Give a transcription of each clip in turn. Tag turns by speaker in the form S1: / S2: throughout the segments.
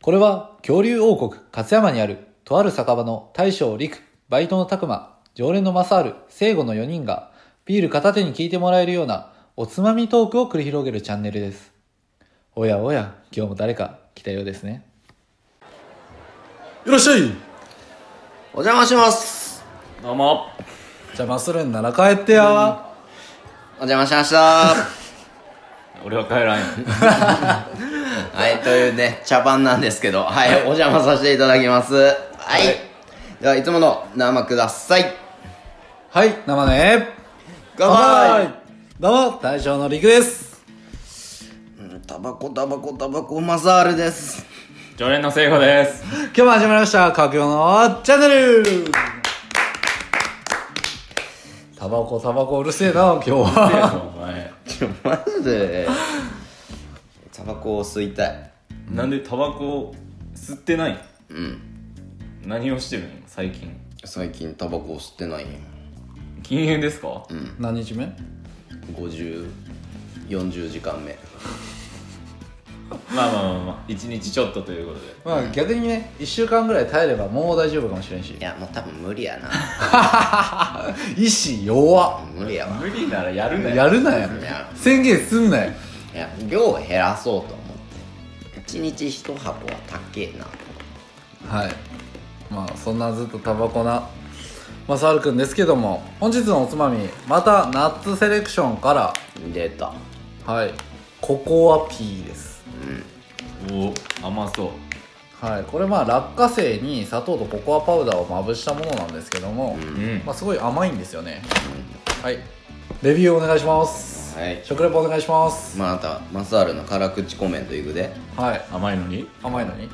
S1: これは恐竜王国勝山にあるとある酒場の大将陸、バイトの拓馬、常連の正ル、聖護の4人がビール片手に聞いてもらえるようなおつまみトークを繰り広げるチャンネルです。おやおや、今日も誰か来たようですね。
S2: いらっしゃい
S3: お邪魔します
S2: どうも
S1: 邪魔するんなら帰ってや、
S3: お邪魔しました は
S2: 俺は帰らんよ
S3: い、というね、茶番なんですけど、はい、お邪魔させていただきます。はい。では、いつもの生ください。
S1: はい、生ね。
S3: 乾杯
S1: どうも、大将の陸です。
S3: うんタバコ、タバコ、タバコ、マサールです。
S2: 常連の聖 子です
S1: 今日も始まりました、かくよのチャンネルタバコ、タバコうるせえな、今日は。
S2: お前
S3: ちょ、マジで。タバコを吸いたい。
S2: なんでタバコを吸ってない
S3: うん。
S2: 何をしてるの最近
S3: 最近タバコを吸ってないよ。
S2: 禁煙ですか、
S1: 何日目
S3: 50、40時間目。
S2: まあまあまあまあ一日ちょっとということで
S1: まあ逆にね1週間ぐらい耐えればもう大丈夫かもしれんし
S3: いや、もう多分無理やな。
S1: 意志弱っ
S3: 無理やわ。
S2: 無理ならやるなよ
S1: やるなよ
S3: や
S1: 宣言すんなよ
S3: いや、量を減らそうと思って。一日一箱は高えな。
S1: はいまあそんなずっとタバコなまさるくんですけども本日のおつまみまたナッツセレクションから
S3: 出た
S1: はいココアピーです
S2: お甘そう
S1: はいこれまあ落花生に砂糖とココアパウダーをまぶしたものなんですけども、
S2: うん
S1: まあすごい甘いんですよね、はいレビューお願いします、
S3: はい
S1: 食レポお願いします、
S3: まああなたマサールの辛口コメントいくで
S1: はい
S2: 甘いのに
S1: 甘いのに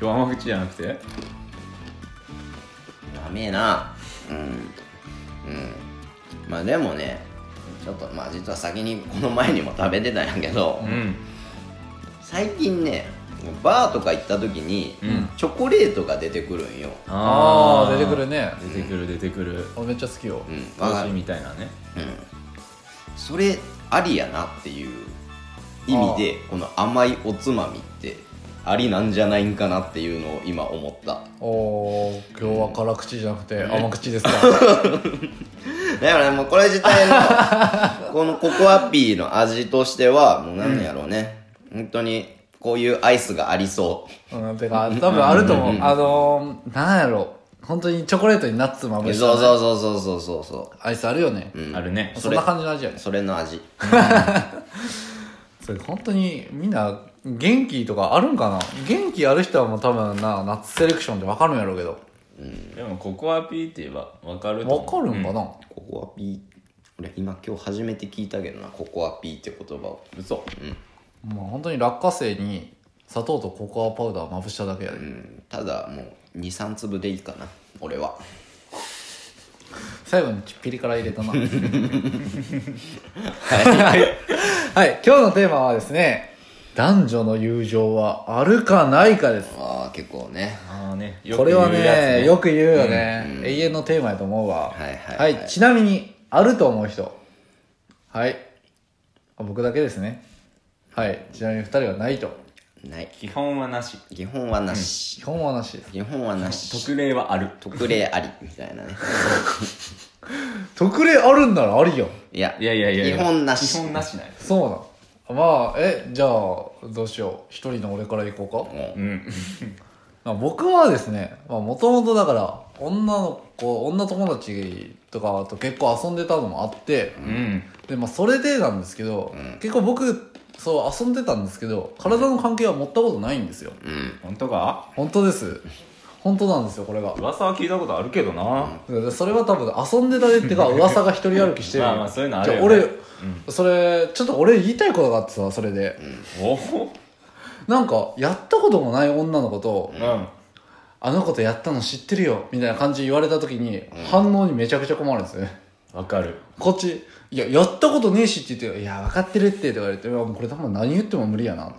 S2: 今日甘口じゃなくて
S3: ダメえなうんうんまあでもねちょっとまあ実は先にこの前にも食べてたんやけど、
S2: うん
S3: 最近ねバーとか行った時に、
S2: ん
S3: チョコレートが出てくるんよ、
S1: ああ出てくるね
S2: 出てくる出てくる
S1: 俺めっちゃ好きよ、
S3: うん、
S2: 美味
S3: わか
S2: しい
S3: る
S2: みたいなね
S3: それありやなっていう意味でこの甘いおつまみってありなんじゃないんかなっていうのを今思った
S1: おー今日は辛口じゃなくて甘口ですか
S3: だからもうこれ自体のこのココアピーの味としてはもう何やろうね、本当にこういうアイスがありそ
S1: うんてか多分あると思うあのー、なんやろ本当にチョコレートにナッツまぶ
S3: う
S1: し
S3: そう
S1: た
S3: そうそうそうそうそうそ
S1: アイスあるよね、
S2: あるね
S1: そんな感じの味やね
S3: うそれの味
S1: それ本当にみんな元気とかあるんかな元気ある人はもう多分なナッツセレクションでわかるんやろうけど
S2: でもココアピーって言えば分かると
S1: わ
S2: 思
S1: か
S2: う
S1: るんかな、
S3: ココアピー俺今今日初めて聞いたけどなココアピーって言葉を
S2: 嘘
S1: まあ本当に落花生に砂糖とココアパウダーまぶしただけやで、
S3: うんただもう23粒でいいかな俺は
S1: 最後にちっぴりから入れた なはい、今日のテーマはですね男女の友情はあるかないかです
S3: ああ結構ね
S2: ああねよ
S1: こ
S2: く
S1: れ
S2: 言う
S1: は
S2: やつ
S1: ねよく言うよね、
S3: うんうん
S1: 永遠のテーマやと思うわ
S3: はいはいはい
S1: ちなみにあると思う人はいあ僕だけですねはいちなみに2人はないと
S3: ない
S2: 基本はなし
S3: 基本はなし、
S1: 基本はなしです
S3: 基本はなし
S2: 特例はある
S3: 特例ありみたいなね
S1: 特例あるんならありよ
S3: いや
S2: いやいやいやいや
S3: 基本なし
S2: 基本なしない
S1: そうなのまあえじゃあどうしよう一人の俺から行こうか、
S2: うん
S1: まあ、僕はですねもともとだから女の子女友達とかと結構遊んでたのもあって、
S2: うん
S1: でまあ、それでなんですけど、結構僕そう遊んでたんですけど体の関係は持ったことないんですよ
S3: うん
S2: 本当か
S1: 本当です本当なんですよこれが
S2: 噂は聞いたことあるけどな、
S1: それは多分遊んでたでってか噂が一人歩きしてる
S2: まあまあそういうのあるよ
S1: じ
S2: ね
S1: ゃ俺、
S2: ん
S1: それちょっと俺言いたいことがあってさそれで、
S2: おお
S1: なんかやったこともない女の子と、
S2: うん
S1: あの子とやったの知ってるよみたいな感じで言われた時に、反応にめちゃくちゃ困るんですよね
S2: わかる
S1: こっち、いや、やったことねえしって言って、いや、分かってるって、とか言って、いや、もうこれ多分何言っても無理やな。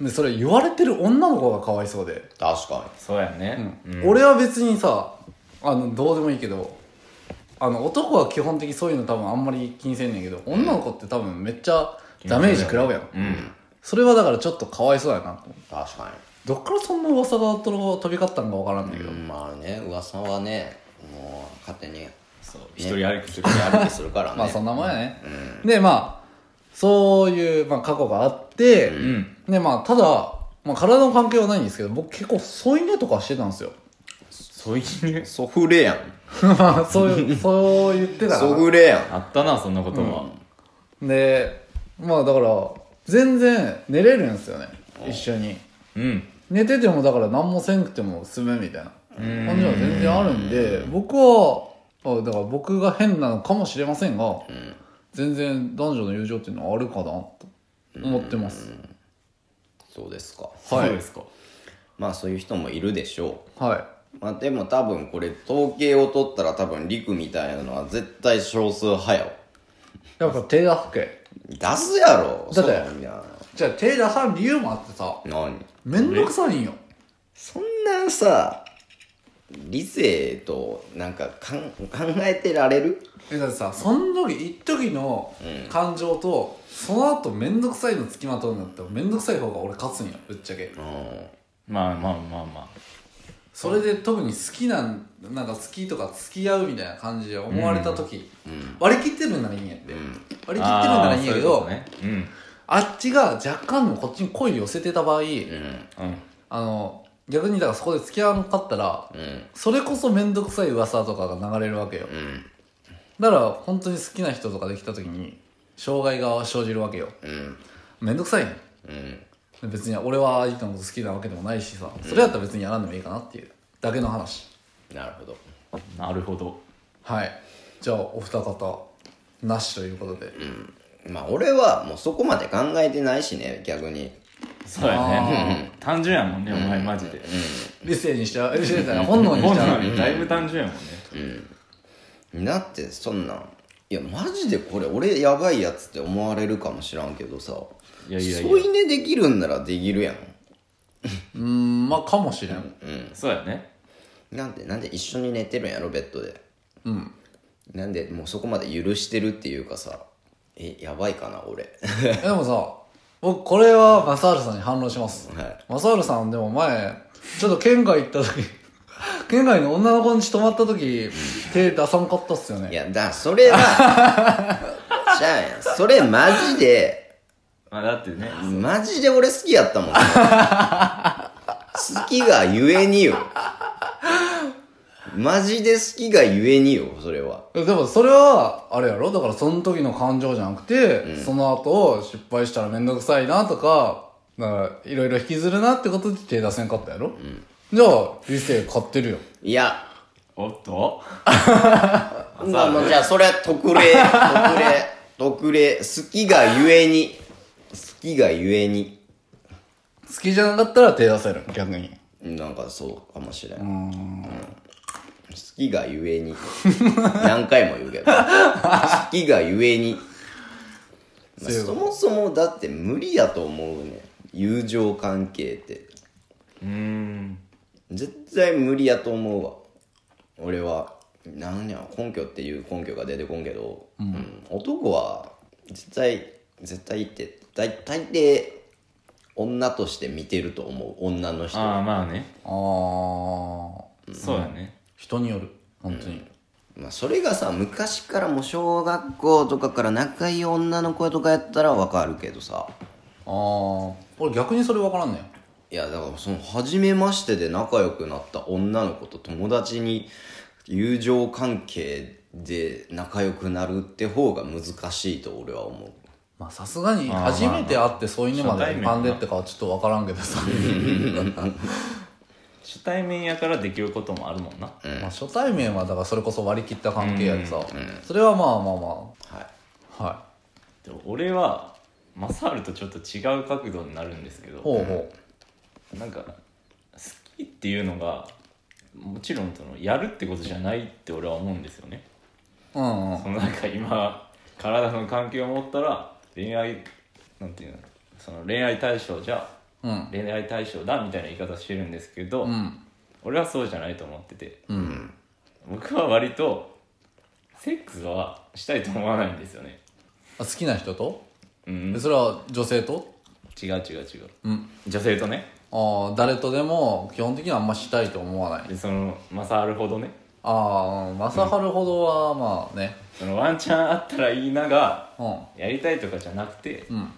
S1: で、それ言われてる女の子がかわいそうで。
S3: 確か
S2: そうやね、うん
S1: 俺は別にさ、あの、どうでもいいけど、あの、男は基本的にそういうの多分あんまり気にせんねんけど、女の子って多分めっちゃダメージ食らうやん。
S2: うん
S1: それはだからちょっとかわいそうやなと思う。
S3: に確かに
S1: どっからそんな噂がと飛び交ったのかわからんだけど、
S3: うんまあね噂はねもう勝手に
S2: そう一人歩きする
S3: 歩きするからね
S1: まあそんなもんやね、
S3: うん
S1: でまあそういう、まあ、過去があって、
S2: うん
S1: でまあただ、まあ、体の関係はないんですけど僕結構添い寝とかしてたんですよ
S2: そういう
S3: ソフレやん
S1: まあそういうそう言ってたか
S3: ソ
S1: な
S3: フレやん
S2: あったなそんなことは、
S1: でまあだから全然寝れるんですよね一緒に
S2: うん
S1: 寝ててもだから何もせんくても済むみたいな感じは全然あるんで僕はあだから僕が変なのかもしれませんが、全然男女の友情っていうのはあるかなと思ってます、
S3: そうですか
S1: はい
S2: そうですか
S3: まあそういう人もいるでしょ
S1: は
S3: う、まあ、でも多分これ統計を取ったら多分陸みたいなのは絶対少数派やわ
S1: いやっぱ手出すけ
S3: 出すやろ
S1: だって
S3: そうやん
S1: じゃあ手出さん理由もあってさ
S3: 何
S1: めんどくさいんよ
S3: そんなさ理性となんかかん考えてられる
S1: えだってさその時一時の感情と、その後めんどくさいの付きまとうんだったらめんどくさい方が俺勝つんよぶっちゃけ
S3: うん
S2: まあまあまあま
S1: それで特に好きなんなんか好きとか付き合うみたいな感じで思われた時、
S3: うん
S1: 割り切ってるんならいいんやって、
S3: うん
S2: あ
S1: 割り切ってるんならいいんやけどあ
S2: あーそういうことね
S1: っちが若干のこっちに恋寄せてた場合、
S3: うん
S2: うんうん
S1: あの逆にだからそこで付き合わなかったら
S3: うん
S1: それこそ面倒くさい噂とかが流れるわけよ
S3: うん
S1: だから本当に好きな人とかできた時に障害が生じるわけよ
S3: うん
S1: 面倒くさいね
S3: うん
S1: 別に俺は相手のこと好きなわけでもないしさそれやったら別にやらんでもいいかなっていうだけの話
S3: なるほど
S2: なるほど
S1: はいじゃあお二方なしということで、
S3: まあ俺はもうそこまで考えてないしね逆に
S2: そうやね単純やもんねお前マジで
S1: 理性にしちゃう理性じゃない本能
S2: 本
S1: にしちゃ
S2: 能
S1: う
S2: にだいぶ単純やもんね
S3: だってそんなんいやマジでこれ俺やばいやつって思われるかもしらんけどさ
S2: いやいやいや
S3: 添い寝できるんならできるやん
S1: うーんまあかもしれん
S2: そうやね
S3: なんでなんで一緒に寝てるんやろベッドで
S1: うん
S3: なんでもうそこまで許してるっていうかさえやばいかな 俺
S1: えでもさ僕これはマサールさんに反論します
S3: はい
S1: マサールさんでも前ちょっと県外行った時県外の女の子ん家泊まった時手出さんかったっすよ
S3: い
S1: ね
S3: やだそ れはじゃあやんそれマジで
S2: まあだってね
S3: マジで俺好きやったもん好きがゆえによマジで好きがゆえによそれは
S1: でもそれはあれやろだからその時の感情じゃなくて、その後失敗したら面倒くさいなとかだからいろいろ引きずるなってことで手出せんかったやろ、じゃあ理性買ってるよ
S3: いや
S2: おっと
S3: まあまあじゃあそれは特例特例特例好きがゆえに好きがゆえに
S1: 好きじゃなかったら手出せる逆に
S3: なんかそうかもしれんうん好きがゆえに 何回も言うけど好きがゆえに、ま
S1: そ
S3: あ
S1: ういうこ
S3: そもそもだって無理やと思うね友情関係って
S2: うーん
S3: 絶対無理やと思うわ俺はなんや根拠っていう根拠が出てこんけど、うん男は絶対絶対って大大抵女として見てると思う女の人
S2: ああまあね
S1: ああ
S2: そうやね
S1: 人による本当に、
S3: まあ、それがさ昔からもう小学校とかから仲いい女の子とかやったらわかるけどさ
S1: ああ俺逆にそれ分からんねん
S3: いやだからその初めましてで仲良くなった女の子と友達に友情関係で仲良くなるって方が難しいと俺は思う
S1: まあさすがに初めて会って添い寝まで
S2: 初対面な
S1: パンでってかはちょっと分からんけどさ
S2: 初対面やからできることもあるもんな
S1: まあ初対面はだからそれこそ割り切った関係やでさそれはまあまあ
S3: はい
S1: まあは
S2: でも俺はマサールとちょっと違う角度になるんですけ
S1: いほ
S2: ど
S1: うほ
S2: なんか好きっていうのがもちろんそのやるってことじゃないって俺は思うんですよね
S1: ううんうん
S2: そのなんか今体の関係を持ったら恋愛なんていうのその恋愛対象じゃ
S1: うん
S2: 恋愛対象だみたいな言い方してるんですけど、
S1: うん
S2: 俺はそうじゃないと思ってて
S1: うん
S2: 僕は割とセックスはしたいと思わないんですよね
S1: あ好きな人と
S2: うん
S1: それは女性と
S2: 違う違う違う
S1: うん
S2: 女性とね
S1: ああ誰とでも基本的にはあんましたいと思わない
S2: でそのまさあるほどね
S1: ああうん正治ほどはまあね
S2: そのワンチャンあったらいいなが
S1: う
S2: やりたいとかじゃなくて、
S1: んうん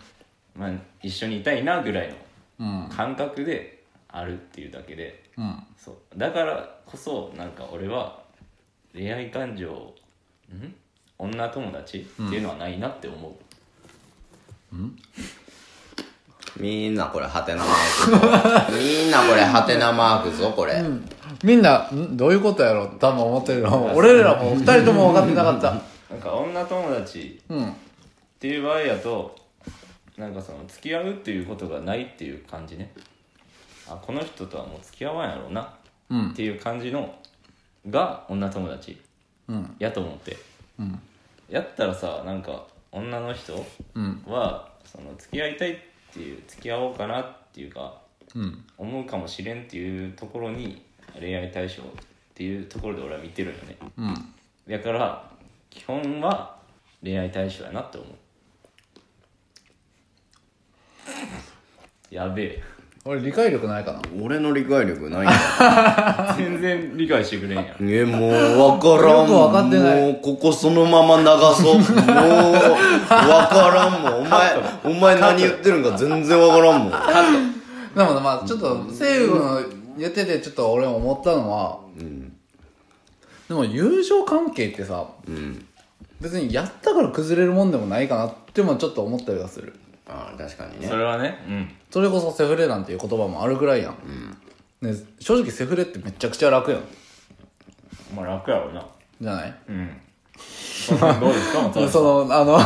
S2: まあ、一緒にいたいなぐらいの
S1: うん
S2: 感覚であるっていうだけで
S1: うん
S2: そうだからこそなんか俺は恋愛感情ん女友達っていうのはないなって思う、
S3: みんなこれハテナマークみんなこれハテナマークぞこれ、
S1: みんなんどういうことやろ多分思ってる の俺らも2人とも分かってなかった
S2: なんか女友達
S1: うん
S2: っていう場合やとなんかその付き合うっていうことがないっていう感じねあこの人とはもう付き合わんやろうな
S1: うん
S2: っていう感じのが女友達
S1: うん
S2: やと思って、
S1: ん
S2: やったらさなんか女の人
S1: うん
S2: はその付き合いたいっていう付き合おうかなっていうか
S1: うん
S2: 思うかもしれんっていうところに恋愛対象っていうところで俺は見てるよね
S1: うん
S2: だから基本は恋愛対象やなって思うやべえ
S1: 俺理解力ないかな
S3: 俺の理解力ないんだ
S2: 全然理解してくれんやん
S3: えもう分からん
S1: よく分かってない
S3: もうここそのまま流そうもう分からんもんお前お前何言ってるんか全然分からんもん
S1: でもまあちょっと西武の言っててちょっと俺思ったのは、でも友情関係ってさ
S3: うん
S1: 別にやったから崩れるもんでもないかなってもちょっと思ったりはする
S3: ああ確かにね
S2: それはねうん
S1: それこそセフレなんていう言葉もあるぐらいやん、ね、正直セフレってめちゃくちゃ楽やん
S2: まあ楽やろな
S1: じゃない
S2: うんそんなんどうですか松原さ ん
S1: そのあの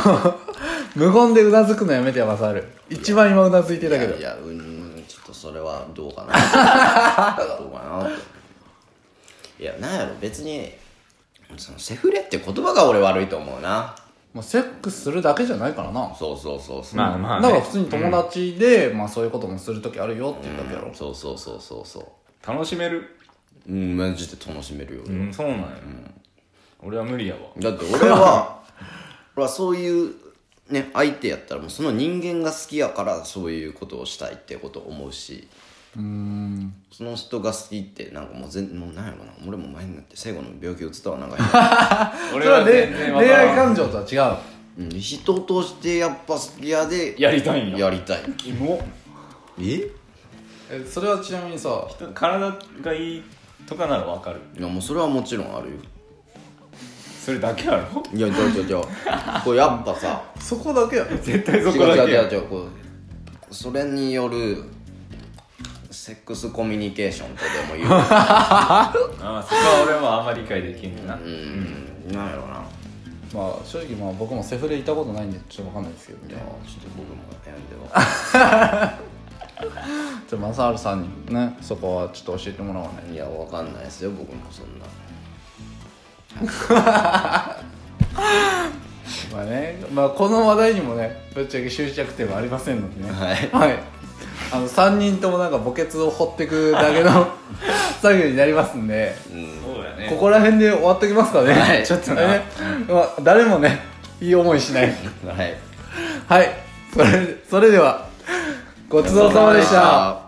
S1: 無言でうなずくのやめてやまさる一番今うなずいてたけど
S3: いやうんちょっとそれはどうか などうかなっていやなんやろ別にそのセフレって言葉が俺悪いと思うな
S1: もうセックスするだけじゃないからな
S3: そうそうそうそう
S2: まあまあ、ね、
S1: だから普通に友達で、まあそういうこともする時あるよっていうだけやろ、
S3: そうそうそうそうそ
S2: 楽しめる
S3: ううんマジで楽しめるよ、
S2: うんそうなんや、俺は無理やわ
S3: だって俺は 俺はそういうね相手やったらもうその人間が好きやからそういうことをしたいってことを思うしその人が好きってなんかもう全もうなんやろな俺も前になって最後の病気うつったわなんか 今
S2: 俺
S1: それは
S2: は
S1: ね
S2: 全然わか
S1: 恋愛
S2: らん
S1: 感情とは違う
S3: うん人としてやっぱ好きやで
S2: やりたいんや
S3: やりたい
S2: キモ
S3: え
S1: えそれはちなみにさ
S2: 体がいいとかならわかる
S3: いやもうそれはもちろんあるよ
S2: それだけやろ
S3: いや違う違う違うこれやっぱさ
S1: そこだけや
S2: 絶対 そ
S3: 違う
S2: こだ
S3: 違う
S2: け
S3: 違
S2: や
S3: う違うこうそれによるセックスコミュニケーションとでも言う
S2: ああそこは俺もあんまり理解できんねんな、
S3: うんなんやろな
S1: まあ正直まあ僕もセフレいたことないんでちょっとわかんないですけど
S3: い
S1: ね
S3: やちょっと僕も悩んでは
S1: じゃあマサールさんにねそこはちょっと教えてもらわない
S3: いやわかんないですよ僕もそんな
S1: まあね、まあ、この話題にもねぶっちゃけ執着点はありませんのでね
S3: はい
S1: あの3人ともなんか墓穴を掘ってくだけの 作業になりますんで
S3: うん
S2: そうやね
S1: ここら辺で終わっときますかね、
S3: はい
S1: ちょっとね、まあ、誰もねいい思いしない
S3: はい
S1: はいそれそれではごちそうさまでした